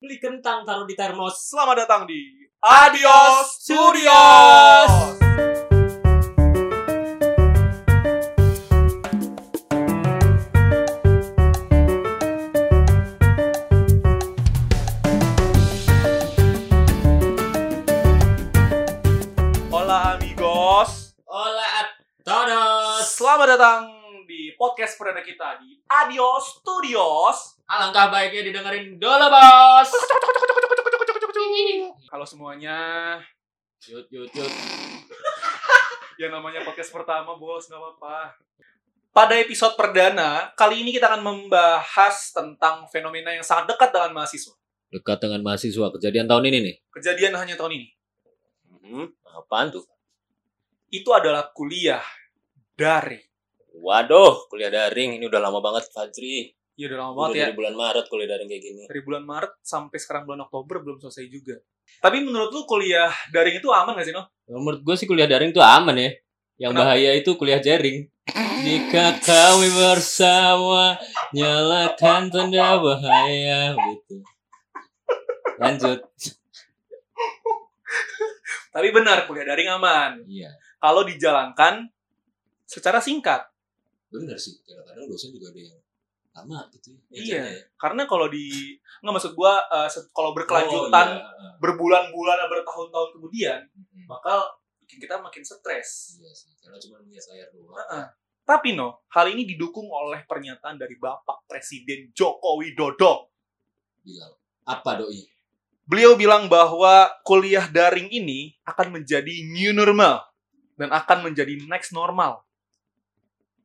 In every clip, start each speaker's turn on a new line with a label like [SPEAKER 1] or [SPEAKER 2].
[SPEAKER 1] beli kentang taruh di termos.
[SPEAKER 2] Selamat datang di Adios
[SPEAKER 1] Studios.
[SPEAKER 2] Studios. Hola amigos.
[SPEAKER 1] Hola a todos.
[SPEAKER 2] Selamat datang di podcast perdana kita di Adios Studios.
[SPEAKER 1] Alangkah baiknya didengerin dulu, Bos.
[SPEAKER 2] Kalau semuanya
[SPEAKER 1] Yut yut yut.
[SPEAKER 2] yang namanya podcast pertama bos nggak apa-apa pada episode perdana kali ini kita akan membahas tentang fenomena yang sangat dekat dengan mahasiswa
[SPEAKER 1] Dekat dengan mahasiswa kejadian tahun ini nih.
[SPEAKER 2] kejadian hanya tahun ini
[SPEAKER 3] Mm-hmm.
[SPEAKER 1] Apaan tuh?
[SPEAKER 2] itu adalah kuliah dari
[SPEAKER 3] Waduh, kuliah daring ini udah lama banget Fajri.
[SPEAKER 2] ya udah lama
[SPEAKER 3] Udah
[SPEAKER 2] banget ya
[SPEAKER 3] dari bulan Maret kuliah daring kayak gini.
[SPEAKER 2] dari bulan Maret sampai sekarang bulan Oktober belum selesai juga tapi menurut lu kuliah daring itu aman gak sih no
[SPEAKER 3] Menurut gue sih kuliah daring tuh aman ya. Yang
[SPEAKER 2] Kenapa?
[SPEAKER 3] bahaya itu kuliah jaring. Jika kami bersama nyalakan tanda bahaya gitu. Lanjut.
[SPEAKER 2] tapi benar kuliah daring aman
[SPEAKER 3] Iya.
[SPEAKER 2] kalau dijalankan secara singkat
[SPEAKER 3] Bener sih, kadang-kadang dosen juga ada yang lama gitu.
[SPEAKER 2] Iya. karena kalau di nggak maksud gua eh, se- kalau berkelanjutan
[SPEAKER 3] Oh,
[SPEAKER 2] berbulan-bulan dan bertahun-tahun kemudian bakal bikin kita makin stres.
[SPEAKER 3] Iya sih, karena cuma lihat layar doang.
[SPEAKER 2] Heeh. Tapi no, hal ini didukung oleh pernyataan dari Bapak Presiden Joko Widodo.
[SPEAKER 3] Bilang, apa doi?
[SPEAKER 2] Beliau bilang bahwa kuliah daring ini akan menjadi new normal dan akan menjadi next normal.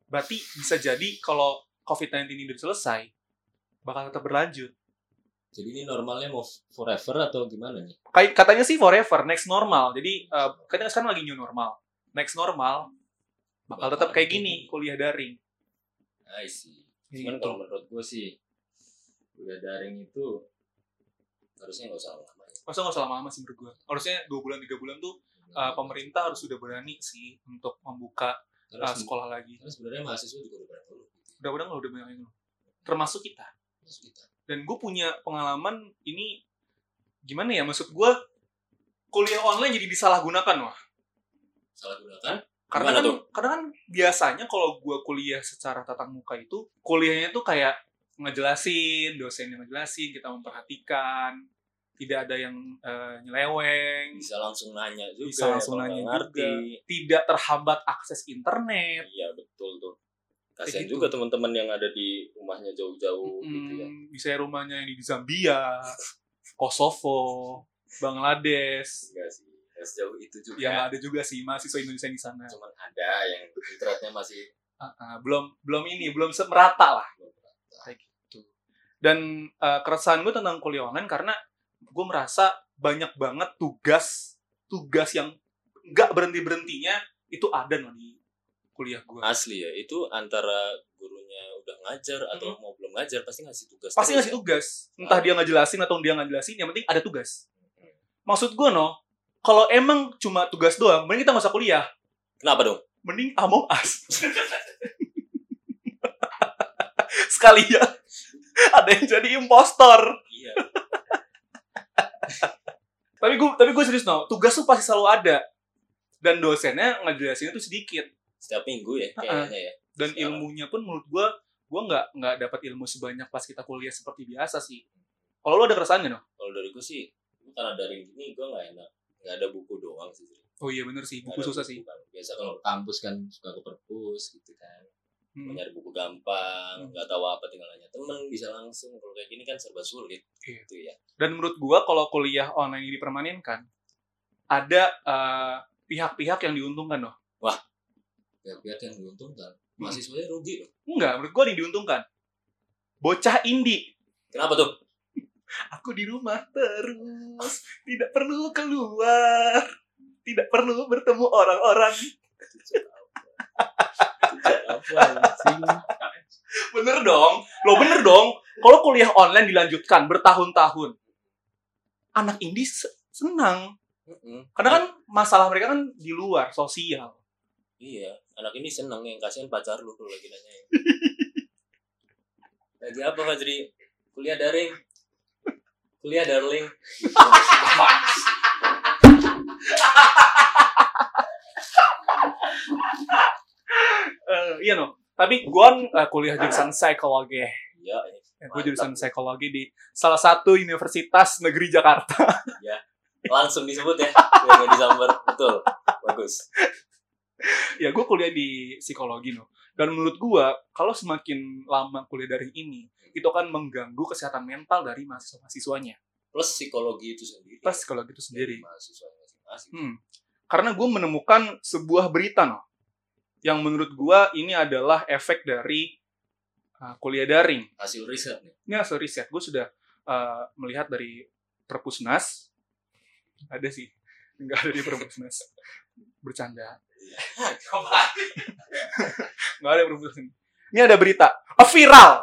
[SPEAKER 2] Berarti bisa jadi kalau COVID-19 ini udah selesai, bakal tetap berlanjut.
[SPEAKER 3] Jadi ini normalnya mau forever atau gimana nih?
[SPEAKER 2] Kayak katanya sih forever, next normal. Jadi eh, katanya sekarang lagi new normal. Next normal bakal tetap kayak gini gitu. kuliah daring.
[SPEAKER 3] I see. Cuman kalau menurut gue sih kuliah daring itu harusnya nggak usah lama-lama ya.
[SPEAKER 2] Masa nggak usah lama-lama sih menurut gue. Harusnya 2 bulan, 3 bulan tuh uh, pemerintah harus sudah berani sih untuk membuka
[SPEAKER 3] Karena
[SPEAKER 2] uh,
[SPEAKER 3] se-
[SPEAKER 2] sekolah lagi.
[SPEAKER 3] Karena sebenarnya mahasiswa juga udah pada dulu.
[SPEAKER 2] Mudah-mudahan kalau udah banyak yang termasuk kita.
[SPEAKER 3] Masuk kita.
[SPEAKER 2] Dan gue punya pengalaman ini gimana ya? Maksud gue kuliah online jadi disalahgunakan wah.
[SPEAKER 3] Salah gunakan.
[SPEAKER 2] Karena
[SPEAKER 3] Gimana
[SPEAKER 2] kan, karena kan biasanya kalau gue kuliah secara tatap muka itu kuliahnya tuh kayak ngejelasin, dosennya ngejelasin, kita memperhatikan, tidak ada yang eh, nyeleweng,
[SPEAKER 3] Bisa langsung nanya juga.
[SPEAKER 2] Bisa langsung
[SPEAKER 3] kalau
[SPEAKER 2] nanya
[SPEAKER 3] nggak ngerti.
[SPEAKER 2] tidak terhambat akses internet.
[SPEAKER 3] Iya betul tuh. Kasihan
[SPEAKER 2] gitu.
[SPEAKER 3] juga teman-teman yang ada di rumahnya jauh-jauh gitu ya.
[SPEAKER 2] Mm, bisa ya rumahnya yang di Zambia, Kosovo, Bangladesh.
[SPEAKER 3] Enggak sih. nggak Sejauh itu juga.
[SPEAKER 2] Ya nggak ada juga sih mahasiswa Indonesia yang di sana.
[SPEAKER 3] Cuman ada yang internetnya masih
[SPEAKER 2] Ah, ah, belum belum ini belum se- merata lah. Kayak gitu. Dan eh, keresahan gue tentang kuliah online karena gue merasa banyak banget tugas tugas yang nggak berhenti berhentinya itu ada nih di kuliah gue.
[SPEAKER 3] asli ya. Itu antara gurunya udah ngajar atau mau belum ngajar pasti ngasih tugas.
[SPEAKER 2] pasti
[SPEAKER 3] terus
[SPEAKER 2] ngasih
[SPEAKER 3] ya.
[SPEAKER 2] tugas entah dia ngejelasin atau dia ngejelasin yang penting ada tugas maksud gue no kalau emang cuma tugas doang mending kita nggak usah kuliah
[SPEAKER 3] Kenapa dong?
[SPEAKER 2] mending among us sekalian ada yang jadi impostor
[SPEAKER 3] Iya.
[SPEAKER 2] tapi gue tapi gue serius no tugas tuh pasti selalu ada dan dosennya ngejelasinnya tuh sedikit
[SPEAKER 3] setiap minggu ya
[SPEAKER 2] Heeh.
[SPEAKER 3] kayaknya ya.
[SPEAKER 2] dan
[SPEAKER 3] Sekarang.
[SPEAKER 2] ilmunya pun menurut gue gue nggak nggak dapat ilmu sebanyak pas kita kuliah seperti biasa sih kalau lu ada keresahan gak no
[SPEAKER 3] Kalau dari gue sih, gua kan karena daring gini gue nggak enak. Nggak ada buku doang sih.
[SPEAKER 2] oh iya bener sih
[SPEAKER 3] Nggak
[SPEAKER 2] buku
[SPEAKER 3] ada
[SPEAKER 2] susah sih
[SPEAKER 3] kan. Biasa kalau ke kampus kan suka ke perpus gitu kan. Mau
[SPEAKER 2] Hmm.
[SPEAKER 3] Nyari buku gampang, nggak tahu apa tinggal nanya temen bisa langsung. Kalau kayak gini kan serba sulit.
[SPEAKER 2] Iya.
[SPEAKER 3] Gitu ya.
[SPEAKER 2] Dan menurut gua kalau kuliah online ini dipermanenkan, ada eh, pihak-pihak yang diuntungkan loh.
[SPEAKER 3] Ya pihak yang diuntungkan.
[SPEAKER 2] Hmm.
[SPEAKER 3] Mahasiswanya rugi loh.
[SPEAKER 2] Enggak, menurut gua ada yang diuntungkan. Bocah indie,
[SPEAKER 3] Kenapa tuh?
[SPEAKER 2] aku di rumah terus, tidak perlu keluar, tidak perlu bertemu orang-orang.
[SPEAKER 3] Apa anjing?
[SPEAKER 2] Bener dong, lo bener dong. Kalau kuliah online dilanjutkan bertahun-tahun, anak indie se- senang.
[SPEAKER 3] Mm-mm.
[SPEAKER 2] Karena kan masalah mereka kan di luar sosial.
[SPEAKER 3] Iya, anak ini seneng yang kasihan pacar lu kalau lagi nanya. ya. lagi apa Fajri? Kuliah daring. Kuliah darling.
[SPEAKER 2] Eh, iya no. Tapi gue kuliah jurusan psikologi.
[SPEAKER 3] Iya, ini
[SPEAKER 2] Gue jurusan psikologi di salah satu universitas negeri Jakarta.
[SPEAKER 3] langsung disebut ya. Biar nggak disambar. Betul. Bagus.
[SPEAKER 2] ya gue kuliah di psikologi no. Dan menurut gue kalau semakin lama kuliah daring ini itu akan mengganggu kesehatan mental dari mahasiswa-mahasiswanya.
[SPEAKER 3] Plus psikologi itu sendiri.
[SPEAKER 2] Plus psikologi itu sendiri.
[SPEAKER 3] Mahasiswa masing-masing.
[SPEAKER 2] Hmm. Karena gue menemukan sebuah berita no, yang menurut gue ini adalah efek dari uh, kuliah daring.
[SPEAKER 3] Hasil riset nih.
[SPEAKER 2] Ini ah, hasil riset gue sudah uh, melihat dari Perpusnas. Ada sih, nggak ada di Perpusnas. Bercanda, nggak ada di Perpusnas. Ini ada berita, Ah, viral.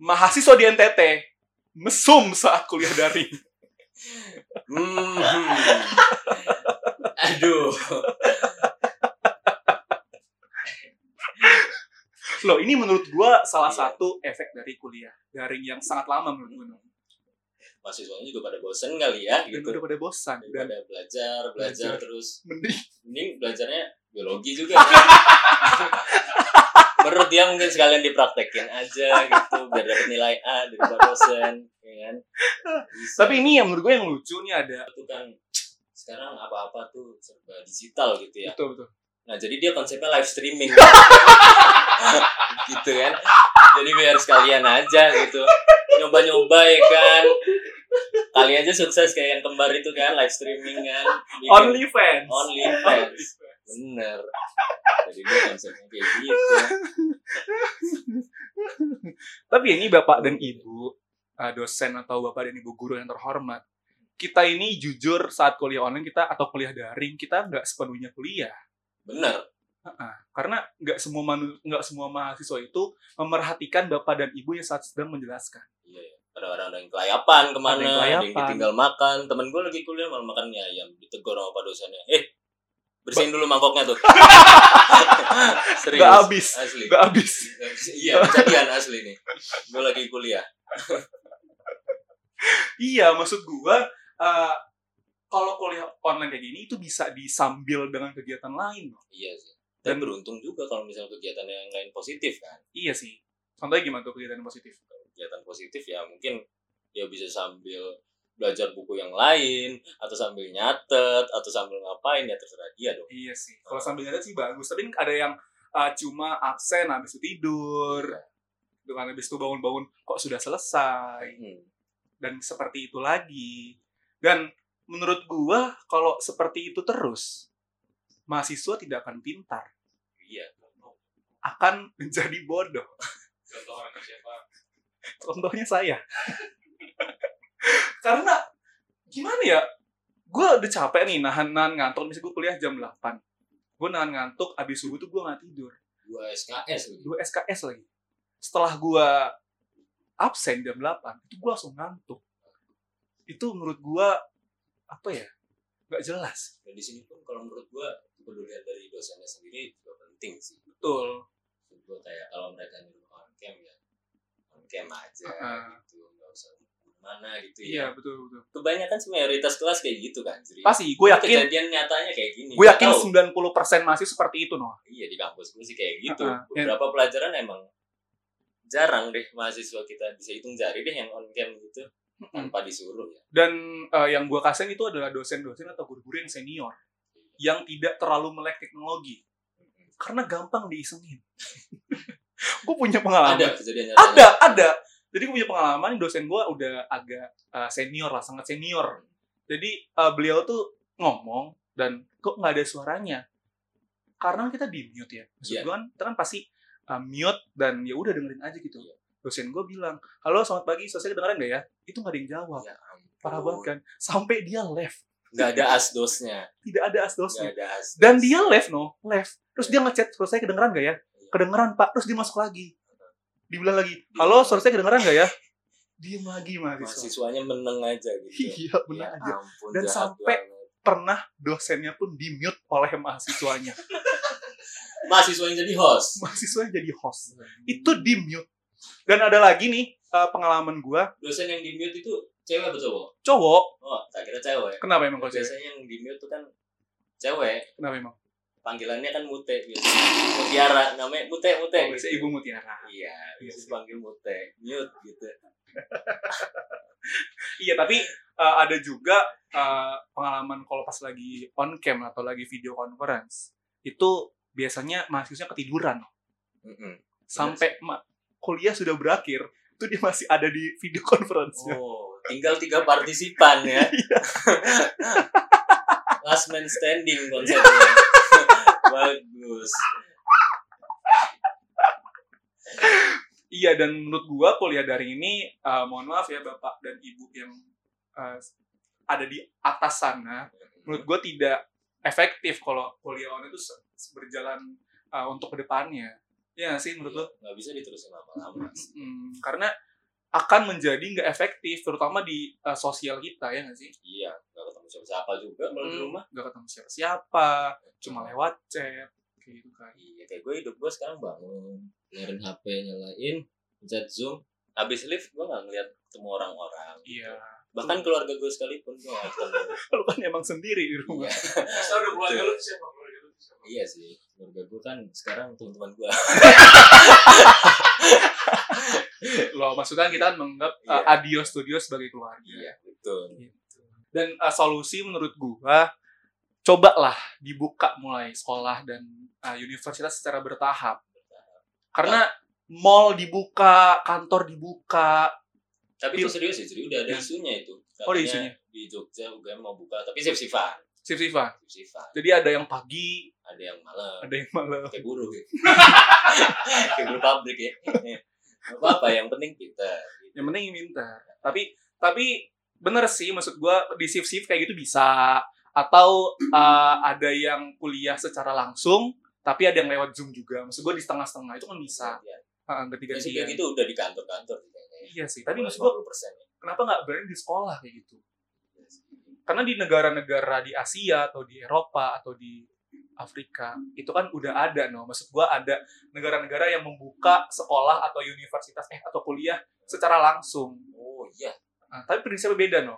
[SPEAKER 2] Mahasiswa di NTT mesum saat kuliah daring.
[SPEAKER 3] Hmm. Aduh.
[SPEAKER 2] Loh, ini menurut gua salah
[SPEAKER 3] Iya.
[SPEAKER 2] satu efek dari kuliah daring yang sangat lama menurut gue.
[SPEAKER 3] Mahasiswanya juga pada bosen kali ya
[SPEAKER 2] Dan
[SPEAKER 3] gitu.
[SPEAKER 2] udah pada bosan. Dan
[SPEAKER 3] Daripada belajar, belajar,
[SPEAKER 2] Belajar.
[SPEAKER 3] terus.
[SPEAKER 2] mending
[SPEAKER 3] Mending belajarnya biologi juga. ya. Menurut dia mungkin sekalian dipraktekin aja gitu biar dapat nilai A dari Pak dosen, ya kan? Bisa.
[SPEAKER 2] Tapi ini yang menurut gue yang lucu nih ada.
[SPEAKER 3] itu kan sekarang apa-apa tuh serba digital gitu ya.
[SPEAKER 2] Betul betul.
[SPEAKER 3] Nah, jadi dia konsepnya live streaming. gitu kan. Jadi biar sekalian aja gitu. Nyoba-nyoba ya kan. Kali aja sukses kayak yang kembar itu kan live streaming kan. Bikin
[SPEAKER 2] Only fans.
[SPEAKER 3] only fans. Bener. Jadi dia konsepnya kayak gitu.
[SPEAKER 2] Tapi ini bapak dan ibu eh, dosen atau bapak dan ibu guru yang terhormat. Kita ini jujur saat kuliah online kita atau kuliah daring kita nggak sepenuhnya kuliah.
[SPEAKER 3] Bener.
[SPEAKER 2] Heeh. Karena nggak semua manu- nggak semua mahasiswa itu memerhatikan bapak dan ibu yang saat sedang menjelaskan.
[SPEAKER 3] Iya, iya. Ada orang ada yang kelayapan kemana,
[SPEAKER 2] Ada yang
[SPEAKER 3] ada yang
[SPEAKER 2] kelayapan.
[SPEAKER 3] ditinggal makan. Temen gue lagi kuliah malah makan mie ayam, ditegur sama pak dosennya. Eh, bersihin dulu mangkoknya tuh. Serius.
[SPEAKER 2] Nggak habis,
[SPEAKER 3] Asli.
[SPEAKER 2] nggak habis.
[SPEAKER 3] Nggak bisa. Iya, kejadian asli nih. Gue lagi kuliah.
[SPEAKER 2] Iya, maksud gua eh, kalau kuliah online kayak gini itu bisa disambil dengan kegiatan lain. loh.
[SPEAKER 3] Iya sih. Dan
[SPEAKER 2] Dan-
[SPEAKER 3] beruntung juga kalau misalnya kegiatan yang lain positif kan.
[SPEAKER 2] Iya sih. Contohnya gimana tuh kegiatan positif?
[SPEAKER 3] Kegiatan positif ya mungkin dia bisa sambil belajar buku yang lain atau sambil nyatet atau sambil ngapain ya terserah dia dong.
[SPEAKER 2] Iya sih. Kalau sambil nyatet sih bagus. Tapi ini ada yang uh, cuma absen habis itu tidur. Dengan habis itu bangun-bangun kok sudah selesai.
[SPEAKER 3] Hmm.
[SPEAKER 2] Dan seperti itu lagi. Dan menurut gua kalau seperti itu terus mahasiswa tidak akan pintar,
[SPEAKER 3] Iya.
[SPEAKER 2] akan menjadi bodoh.
[SPEAKER 3] Contoh orang siapa?
[SPEAKER 2] Contohnya saya. Karena gimana ya? Gua udah capek nih nahan-nahan ngantuk. Misalnya gue kuliah jam 8. Gue nahan ngantuk, abis subuh tuh gue gak tidur.
[SPEAKER 3] Gua SKS lagi.
[SPEAKER 2] dua SKS lagi. Setelah gua absen jam 8, itu gua langsung ngantuk. Itu menurut gua apa ya? Gak jelas.
[SPEAKER 3] dan di sini pun kalau menurut gua kepedulian dari dosennya sendiri juga penting sih
[SPEAKER 2] Betul.
[SPEAKER 3] menurut gua kayak kalau mereka nyuruh on cam ya on cam aja
[SPEAKER 2] Heeh.
[SPEAKER 3] gitu nggak usah mana gitu ya
[SPEAKER 2] Iya, betul betul.
[SPEAKER 3] kebanyakan sih mayoritas kelas kayak gitu kan jadi
[SPEAKER 2] Pasti gue yakin
[SPEAKER 3] kejadian nyatanya kayak gini
[SPEAKER 2] gue
[SPEAKER 3] Nggak
[SPEAKER 2] yakin
[SPEAKER 3] tahu.
[SPEAKER 2] 90% masih seperti itu, Noah.
[SPEAKER 3] iya di kampus gua sih kayak gitu
[SPEAKER 2] Heeh. Iya.
[SPEAKER 3] beberapa pelajaran emang jarang deh mahasiswa kita bisa hitung jari deh yang on cam gitu
[SPEAKER 2] Hmm.
[SPEAKER 3] tanpa disuruh ya
[SPEAKER 2] Dan eh, yang gua kasihin itu adalah dosen-dosen atau guru-guru yang senior yang tidak terlalu melek teknologi karena gampang diisengin. gue punya pengalaman.
[SPEAKER 3] ada kejadian nyatanya
[SPEAKER 2] ada ada jadi gue punya pengalaman dosen gue udah agak uh, senior lah sangat senior jadi uh, beliau tuh ngomong dan kok nggak ada suaranya karena kita di mute ya maksud
[SPEAKER 3] Iya.
[SPEAKER 2] gue kan kita kan pasti uh, mute dan ya udah dengerin aja gitu
[SPEAKER 3] Iya.
[SPEAKER 2] dosen gue bilang halo selamat pagi sosial kedengeran nggak ya itu nggak ada yang jawab
[SPEAKER 3] Ya ampun.
[SPEAKER 2] parah banget kan sampai dia left
[SPEAKER 3] nggak ada asdosnya
[SPEAKER 2] tidak ada asdosnya
[SPEAKER 3] nggak ada asdos.
[SPEAKER 2] dan dia left no left terus dia ngechat suara saya kedengeran gak ya kedengeran pak terus dia masuk lagi dibilang lagi halo suara saya kedengeran gak ya diem lagi mahasiswa
[SPEAKER 3] mahasiswanya meneng aja gitu
[SPEAKER 2] iya benar
[SPEAKER 3] Ya
[SPEAKER 2] aja
[SPEAKER 3] ampun,
[SPEAKER 2] Dan
[SPEAKER 3] jahat
[SPEAKER 2] sampai-
[SPEAKER 3] banget.
[SPEAKER 2] pernah dosennya pun di mute oleh mahasiswanya
[SPEAKER 3] mahasiswa yang jadi host
[SPEAKER 2] mahasiswa yang jadi host itu di mute dan ada lagi nih eh, pengalaman gua
[SPEAKER 3] dosen yang di mute itu cewek apa cowok?
[SPEAKER 2] Cowok,
[SPEAKER 3] Oh, tak kira cewek.
[SPEAKER 2] kenapa emang kalau Oh, cewek?
[SPEAKER 3] Biasanya yang di mute tuh kan cewek,
[SPEAKER 2] Kenapa emang?
[SPEAKER 3] panggilannya kan mute gitu. Mutiara namanya mute mute.
[SPEAKER 2] Oh, biasanya ibu mutiara.
[SPEAKER 3] Iya,
[SPEAKER 2] Iya
[SPEAKER 3] terus
[SPEAKER 2] sih.
[SPEAKER 3] panggil mute, mute gitu.
[SPEAKER 2] Iya, tapi eh, ada juga eh, pengalaman kalau pas lagi on cam atau lagi video conference itu biasanya mahasiswanya ketiduran sampai ma- kuliah sudah berakhir itu dia masih ada di video conference.
[SPEAKER 3] Oh, tinggal tiga partisipan ya. Last man standing konsepnya. Bagus.
[SPEAKER 2] Iya dan menurut gua kuliah daring ini eh, mohon maaf ya bapak dan ibu yang eh, ada di atas sana menurut gua tidak efektif kalau kuliah online itu se- berjalan eh, untuk kedepannya. Iya nggak sih menurut lo?
[SPEAKER 3] nggak bisa diterusin lama-lama.
[SPEAKER 2] Mm, karena akan menjadi nggak efektif terutama di eh, sosial kita ya nggak sih?
[SPEAKER 3] Iya, nggak ketemu siapa-siapa juga kalau di
[SPEAKER 2] Hmm,
[SPEAKER 3] rumah.
[SPEAKER 2] nggak ketemu siapa-siapa, cuma lewat chat kayak gitu kan.
[SPEAKER 3] Iya, kayak gue hidup gue sekarang bangun, nyalain HP, nyalain, chat Zoom. Habis lift gue nggak ngeliat ketemu orang-orang.
[SPEAKER 2] Iya.
[SPEAKER 3] Bahkan keluarga gue sekalipun gue nggak ketemu.
[SPEAKER 2] Lu kan emang sendiri di rumah.
[SPEAKER 3] Iya.
[SPEAKER 2] Saya udah
[SPEAKER 3] keluarga
[SPEAKER 2] lu siapa?
[SPEAKER 3] Iya sih, keluarga gue kan sekarang teman-teman gue.
[SPEAKER 2] Loh, maksudnya kita kan menganggap
[SPEAKER 3] Iya.
[SPEAKER 2] uh, Adio Studio sebagai keluarga.
[SPEAKER 3] betul.
[SPEAKER 2] Dan uh, solusi menurut gua cobalah dibuka mulai sekolah dan uh, universitas secara bertahap. Karena mall dibuka, kantor dibuka.
[SPEAKER 3] Tapi itu serius sih, serius udah ada
[SPEAKER 2] Ya.
[SPEAKER 3] isunya itu.
[SPEAKER 2] Iya. Oh, ada
[SPEAKER 3] Katanya
[SPEAKER 2] isunya.
[SPEAKER 3] Di Jogja UGM mau buka, tapi sif-sifan.
[SPEAKER 2] Sif-sifan.
[SPEAKER 3] Sif-sifan.
[SPEAKER 2] Jadi ada yang pagi,
[SPEAKER 3] Ada yang malam,
[SPEAKER 2] ada yang malam.
[SPEAKER 3] kayak buruh ya. kayak buruh pabrik ya. Gak apa-apa, yang penting kita. gitu.
[SPEAKER 2] Yang penting minta. Tapi tapi bener sih maksud gua di shift-shift kayak gitu bisa atau uh, ada yang kuliah secara langsung tapi ada yang lewat Zoom juga. Maksud gua di setengah-setengah itu kan bisa.
[SPEAKER 3] Ya,
[SPEAKER 2] Heeh,
[SPEAKER 3] ya,
[SPEAKER 2] ketiga
[SPEAKER 3] sih, kayak gitu udah di kantor-kantor. kayaknya.
[SPEAKER 2] Iya sih, tapi
[SPEAKER 3] Mulai
[SPEAKER 2] maksud
[SPEAKER 3] 50%
[SPEAKER 2] gua
[SPEAKER 3] ya. Iya
[SPEAKER 2] kenapa nggak berani di sekolah kayak gitu? Karena di negara-negara di Asia atau di Eropa atau di Afrika itu kan udah ada no. Maksud gua ada negara-negara yang membuka sekolah atau universitas eh atau kuliah secara langsung.
[SPEAKER 3] Oh iya,
[SPEAKER 2] Nah, tapi prinsipnya beda no.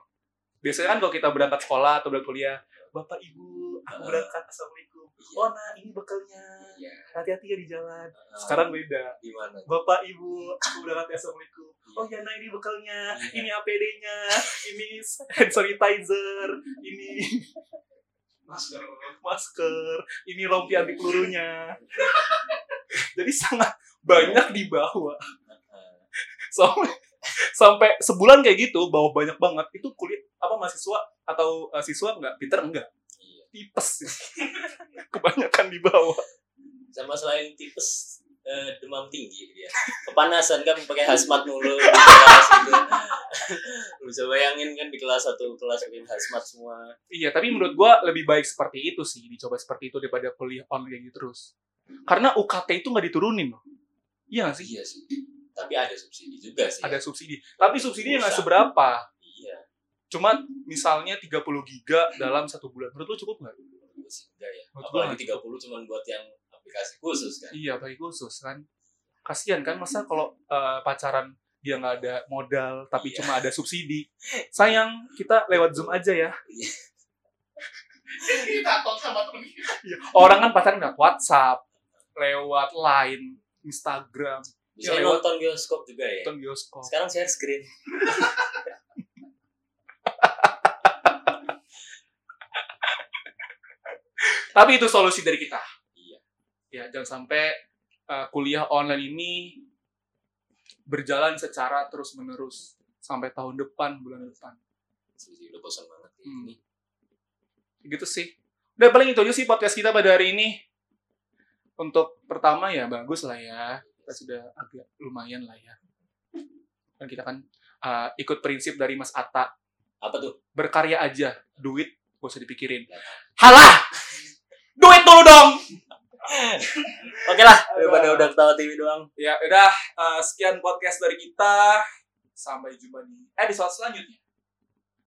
[SPEAKER 2] Biasanya kan kalau kita berangkat sekolah atau berangkat kuliah, Bapak Ibu, aku
[SPEAKER 3] Heeh.
[SPEAKER 2] berangkat assalamualaikum.
[SPEAKER 3] Iya.
[SPEAKER 2] Oh nah ini bekalnya.
[SPEAKER 3] Iya.
[SPEAKER 2] Hati-hati ya di jalan. Sekarang beda.
[SPEAKER 3] gimana?
[SPEAKER 2] Bapak Ibu, aku berangkat ya, Assalamualaikum. Oh ya, nah ini bekalnya,
[SPEAKER 3] Iya.
[SPEAKER 2] ini APD-nya, ini hand sanitizer, ini masker, masker, ini rompi anti pelurunya. Jadi sangat banyak dibawa. Sampai, sampai sebulan kayak gitu, bawa banyak banget. Itu kulit apa mahasiswa atau eh, siswa enggak? Peter enggak?
[SPEAKER 3] Iya.
[SPEAKER 2] Tipes sih. Kebanyakan dibawa.
[SPEAKER 3] Sama selain tipes, eh, demam tinggi dia. Kepanasan kan pakai hazmat mulu di kelas gitu. Lu bisa bayangin kan di kelas satu kelas pakai hazmat semua.
[SPEAKER 2] Iya, tapi menurut gua lebih baik seperti itu sih, dicoba seperti itu daripada kuliah online gitu terus. Karena UKT itu nggak diturunin loh. Iya nggak sih?
[SPEAKER 3] Iya sih. Tapi ada subsidi juga sih.
[SPEAKER 2] Ada subsidi. Tapi subsidinya nggak
[SPEAKER 3] Usah.
[SPEAKER 2] seberapa.
[SPEAKER 3] Iya.
[SPEAKER 2] Cuma misalnya 30 giga dalam satu bulan. Menurut lu cukup nggak?
[SPEAKER 3] Menurut sih enggak ya.
[SPEAKER 2] Menurut gua
[SPEAKER 3] Apalagi 30 cuman buat yang aplikasi khusus kan.
[SPEAKER 2] Iya, bagi khusus kan. Kasian kan masa kalau eh, pacaran dia nggak ada modal tapi
[SPEAKER 3] Iya.
[SPEAKER 2] cuma ada subsidi. Sayang, kita lewat Zoom aja ya.
[SPEAKER 4] kita tol sama temen kita
[SPEAKER 2] Orang kan pacaran lewat WhatsApp, lewat Line, Instagram,
[SPEAKER 3] Bisa
[SPEAKER 2] Iya, lewat-
[SPEAKER 3] nonton bioskop juga ya.
[SPEAKER 2] nonton bioskop.
[SPEAKER 3] Sekarang share screen.
[SPEAKER 2] Tapi itu solusi dari kita.
[SPEAKER 3] Iya.
[SPEAKER 2] Ya, jangan sampai uh, kuliah online ini berjalan secara terus-menerus sampai tahun depan, bulan depan.
[SPEAKER 3] Subsidi udah bosan banget ya.
[SPEAKER 2] Hmm.
[SPEAKER 3] ini.
[SPEAKER 2] Gitu sih. Udah paling itu aja sih podcast kita pada hari ini. Untuk pertama ya bagus lah ya. Kita sudah agak lumayan lah ya. Dan kita kan uh, ikut prinsip dari Mas Atta.
[SPEAKER 3] Apa tuh?
[SPEAKER 2] Berkarya aja. Duit gak usah dipikirin. Halah! Duit dulu dong!
[SPEAKER 3] Oke lah, daripada udah ketawa TV doang.
[SPEAKER 2] ah, Ya udah, eh, sekian podcast dari kita. Sampai jumpa di episode selanjutnya.